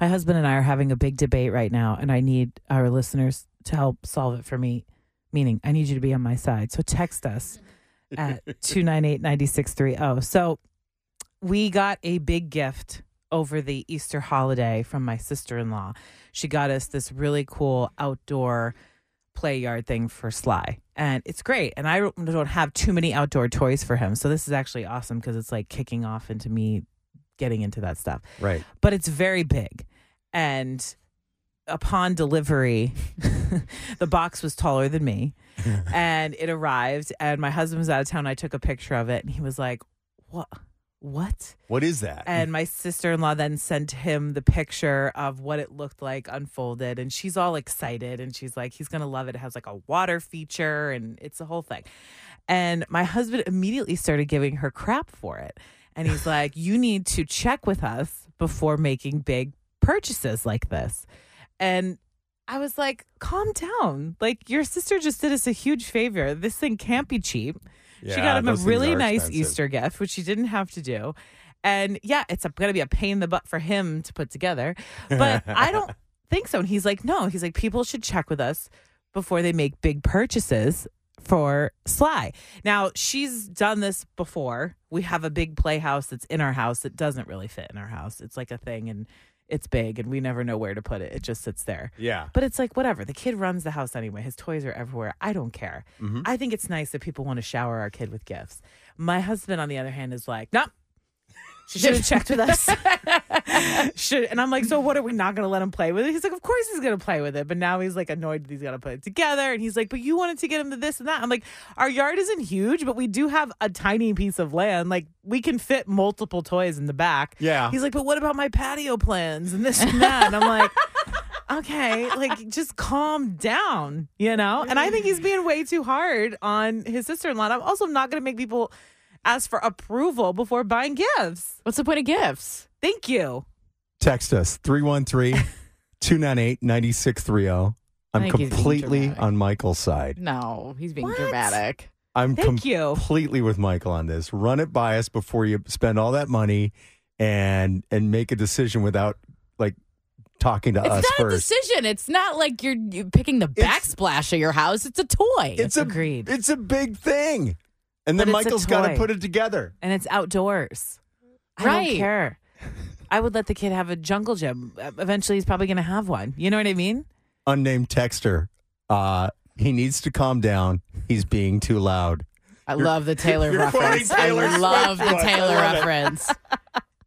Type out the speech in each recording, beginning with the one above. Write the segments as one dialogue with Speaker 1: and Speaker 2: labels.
Speaker 1: My husband and I are having a big debate right now, and I need our listeners to help solve it for me. Meaning, I need you to be on my side. So text us at 298 9630. oh. So we got a big gift over the Easter holiday from my sister in law. She got us this really cool outdoor play yard thing for Sly. And it's great. And I don't have too many outdoor toys for him. So this is actually awesome because it's like kicking off into me getting into that stuff.
Speaker 2: Right.
Speaker 1: But it's very big. And upon delivery, the box was taller than me. and it arrived, and my husband was out of town. I took a picture of it, and he was like, What? What?
Speaker 2: What is that?
Speaker 1: And my sister in law then sent him the picture of what it looked like unfolded. And she's all excited and she's like, he's going to love it. It has like a water feature and it's a whole thing. And my husband immediately started giving her crap for it. And he's like, you need to check with us before making big purchases like this. And I was like, calm down. Like, your sister just did us a huge favor. This thing can't be cheap. she
Speaker 2: Yeah,
Speaker 1: got him a
Speaker 2: those things
Speaker 1: really
Speaker 2: are
Speaker 1: nice
Speaker 2: expensive.
Speaker 1: Easter gift, which she didn't have to do. And yeah, it's going to be a pain in the butt for him to put together. But I don't think so. And he's like, no, he's like, people should check with us before they make big purchases for Sly. Now, she's done this before. We have a big playhouse that's in our house that doesn't really fit in our house. It's like a thing and it's big and we never know where to put it. It just sits there.
Speaker 2: Yeah.
Speaker 1: But it's like, whatever. The kid runs the house anyway. His toys are everywhere. I don't care. I think it's nice that people want to shower our kid with gifts. My husband, on the other hand, is like, nope. She should have checked with us. should and I'm like, so what are we not gonna let him play with it? He's like, of course he's gonna play with it, but now he's like annoyed that he's gotta put it together. And he's like, but you wanted to get him to this and that. I'm like, our yard isn't huge, but we do have a tiny piece of land. Like we can fit multiple toys in the back.
Speaker 2: Yeah.
Speaker 1: He's like, but what about my patio plans and this and that? And I'm like, okay, like just calm down, you know? And I think he's being way too hard on his sister in law. I'm also not going to make people ask for approval before buying gifts.
Speaker 3: What's the point of gifts?
Speaker 1: Thank you.
Speaker 2: Text us 313 298 9630. oh. I'm
Speaker 3: think he's being
Speaker 2: completely
Speaker 3: dramatic.
Speaker 2: on Michael's side.
Speaker 3: No, he's being
Speaker 1: What?
Speaker 3: dramatic.
Speaker 2: I'm
Speaker 1: Thank you.
Speaker 2: completely with Michael on this. Run it by us before you spend all that money and and make a decision without like talking to
Speaker 3: It's
Speaker 2: us
Speaker 3: not a
Speaker 2: first.
Speaker 3: decision. It's not like you're, you're picking the
Speaker 2: It's-
Speaker 3: backsplash of your house. It's a toy.
Speaker 2: It's a
Speaker 1: Agreed.
Speaker 2: it's a big thing. And then
Speaker 1: But it's a
Speaker 2: Michael's got to
Speaker 1: toy.
Speaker 2: put it together.
Speaker 1: And it's outdoors. I
Speaker 3: Right.
Speaker 1: don't care. I would let the kid have a jungle gym. Uh, Eventually, he's probably going to have one. You know what I mean?
Speaker 2: Unnamed texter. Uh he needs to calm down. He's being too loud.
Speaker 3: I love the Taylor
Speaker 2: you're quoting
Speaker 3: reference.
Speaker 2: Taylor
Speaker 3: I love
Speaker 2: Swift
Speaker 3: the
Speaker 2: one. I
Speaker 3: Taylor
Speaker 2: love it.
Speaker 3: reference.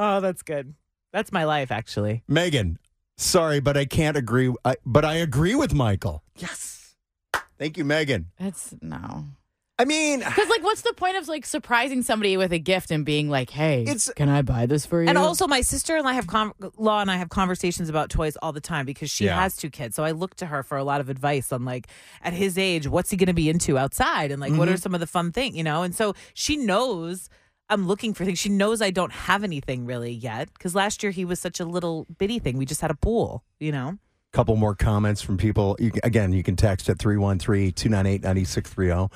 Speaker 1: Oh, that's good. That's my life, actually.
Speaker 2: Megan, sorry, but I can't agree. I, but I agree with Michael. Yes. Thank you, Megan.
Speaker 3: It's no.
Speaker 2: I mean,
Speaker 3: Because like, what's the point of like surprising somebody with a gift and being like, "Hey,
Speaker 2: It's-
Speaker 3: can I buy this for you?"
Speaker 1: And also, my sister and I have con- law and I have conversations about toys all the time because she
Speaker 2: Yeah.
Speaker 1: has two kids. So I look to her for a lot of advice on like at his age, what's he going to be into outside, and like what are some of the fun things, you know? And so she knows I'm looking for things. She knows I don't have anything really yet because last year he was such a little bitty thing. We just had a pool, you know.
Speaker 2: couple more comments from people. You, can- again, you can text at 313 298 9630.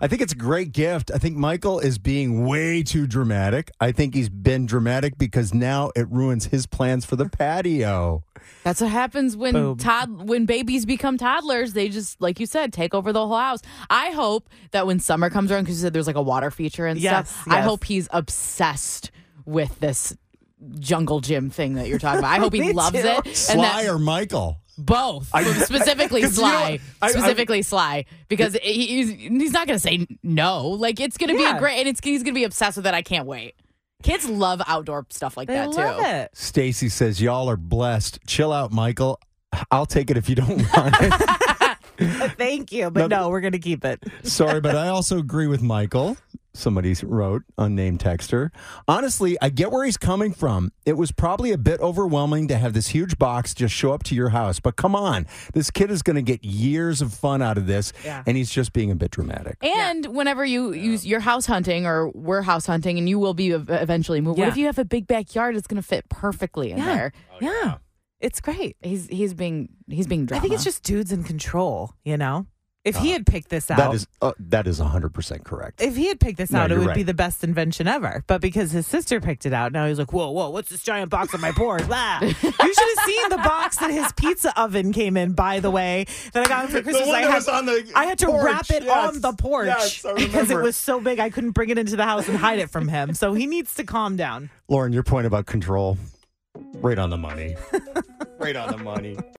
Speaker 2: I think it's a great gift. I think Michael is being way too dramatic. I think he's been dramatic because now it ruins his plans for the patio.
Speaker 3: that's what happens when
Speaker 1: Boom.
Speaker 3: tod- when babies become toddlers. They just, like you said, take over the whole house. I hope that when summer comes around, because you said there's like a water feature and
Speaker 1: Yes,
Speaker 3: stuff. I
Speaker 1: yes.
Speaker 3: hope he's obsessed with this jungle gym thing that you're talking about. I hope he
Speaker 1: Me
Speaker 3: loves
Speaker 1: too.
Speaker 3: it. and that-
Speaker 2: Sly or Michael?
Speaker 3: Both specifically
Speaker 2: 'cause you know
Speaker 3: Sly,
Speaker 2: what? I- I-
Speaker 3: specifically Sly, because he, he's he's not gonna say no. Like it's gonna be
Speaker 1: Yeah.
Speaker 3: a great, and it's he's gonna be obsessed with it. I can't wait. Kids love outdoor stuff like
Speaker 1: They
Speaker 3: that
Speaker 1: love
Speaker 3: too.
Speaker 1: it.
Speaker 2: Stacy says, Y'all are blessed. Chill out, Michael. I'll take it if you don't want it.
Speaker 1: Thank you, but no, we're going to keep it.
Speaker 2: Sorry, but I also agree with Michael. Somebody wrote, unnamed texter. Honestly, I get where he's coming from. It was probably a bit overwhelming to have this huge box just show up to your house, but come on, this kid is going to get years of fun out of this,
Speaker 1: Yeah.
Speaker 2: and he's just being a bit dramatic.
Speaker 3: And whenever you use your house hunting or we're house hunting, and you will be ev- eventually moved. What
Speaker 1: Yeah.
Speaker 3: if you have a big backyard that's gonna fit perfectly in
Speaker 1: Yeah.
Speaker 3: there?
Speaker 1: yeah. it's great.
Speaker 3: He's he's being he's being. Drama.
Speaker 1: I think it's just dudes in control, you know. If he had picked this out,
Speaker 2: That is uh, that is hundred percent correct.
Speaker 1: if he had picked this
Speaker 2: No,
Speaker 1: out, it
Speaker 2: you're
Speaker 1: would be
Speaker 2: right.
Speaker 1: the best invention ever. But because his sister picked it out, now he's like, whoa, whoa, what's this giant box on my porch? Blah. you should have seen the box that his pizza oven came in, by the way, that I got him for Christmas.
Speaker 2: one
Speaker 1: I,
Speaker 2: that
Speaker 1: had,
Speaker 2: was on the
Speaker 1: I had to
Speaker 2: porch,
Speaker 1: wrap it
Speaker 2: yes.
Speaker 1: on the porch
Speaker 2: Yes, I
Speaker 1: because it
Speaker 2: remember.
Speaker 1: was so big I couldn't bring it into the house and hide it from him. So he needs to calm down.
Speaker 2: Lauren, your point about control, right on the money. right on the money.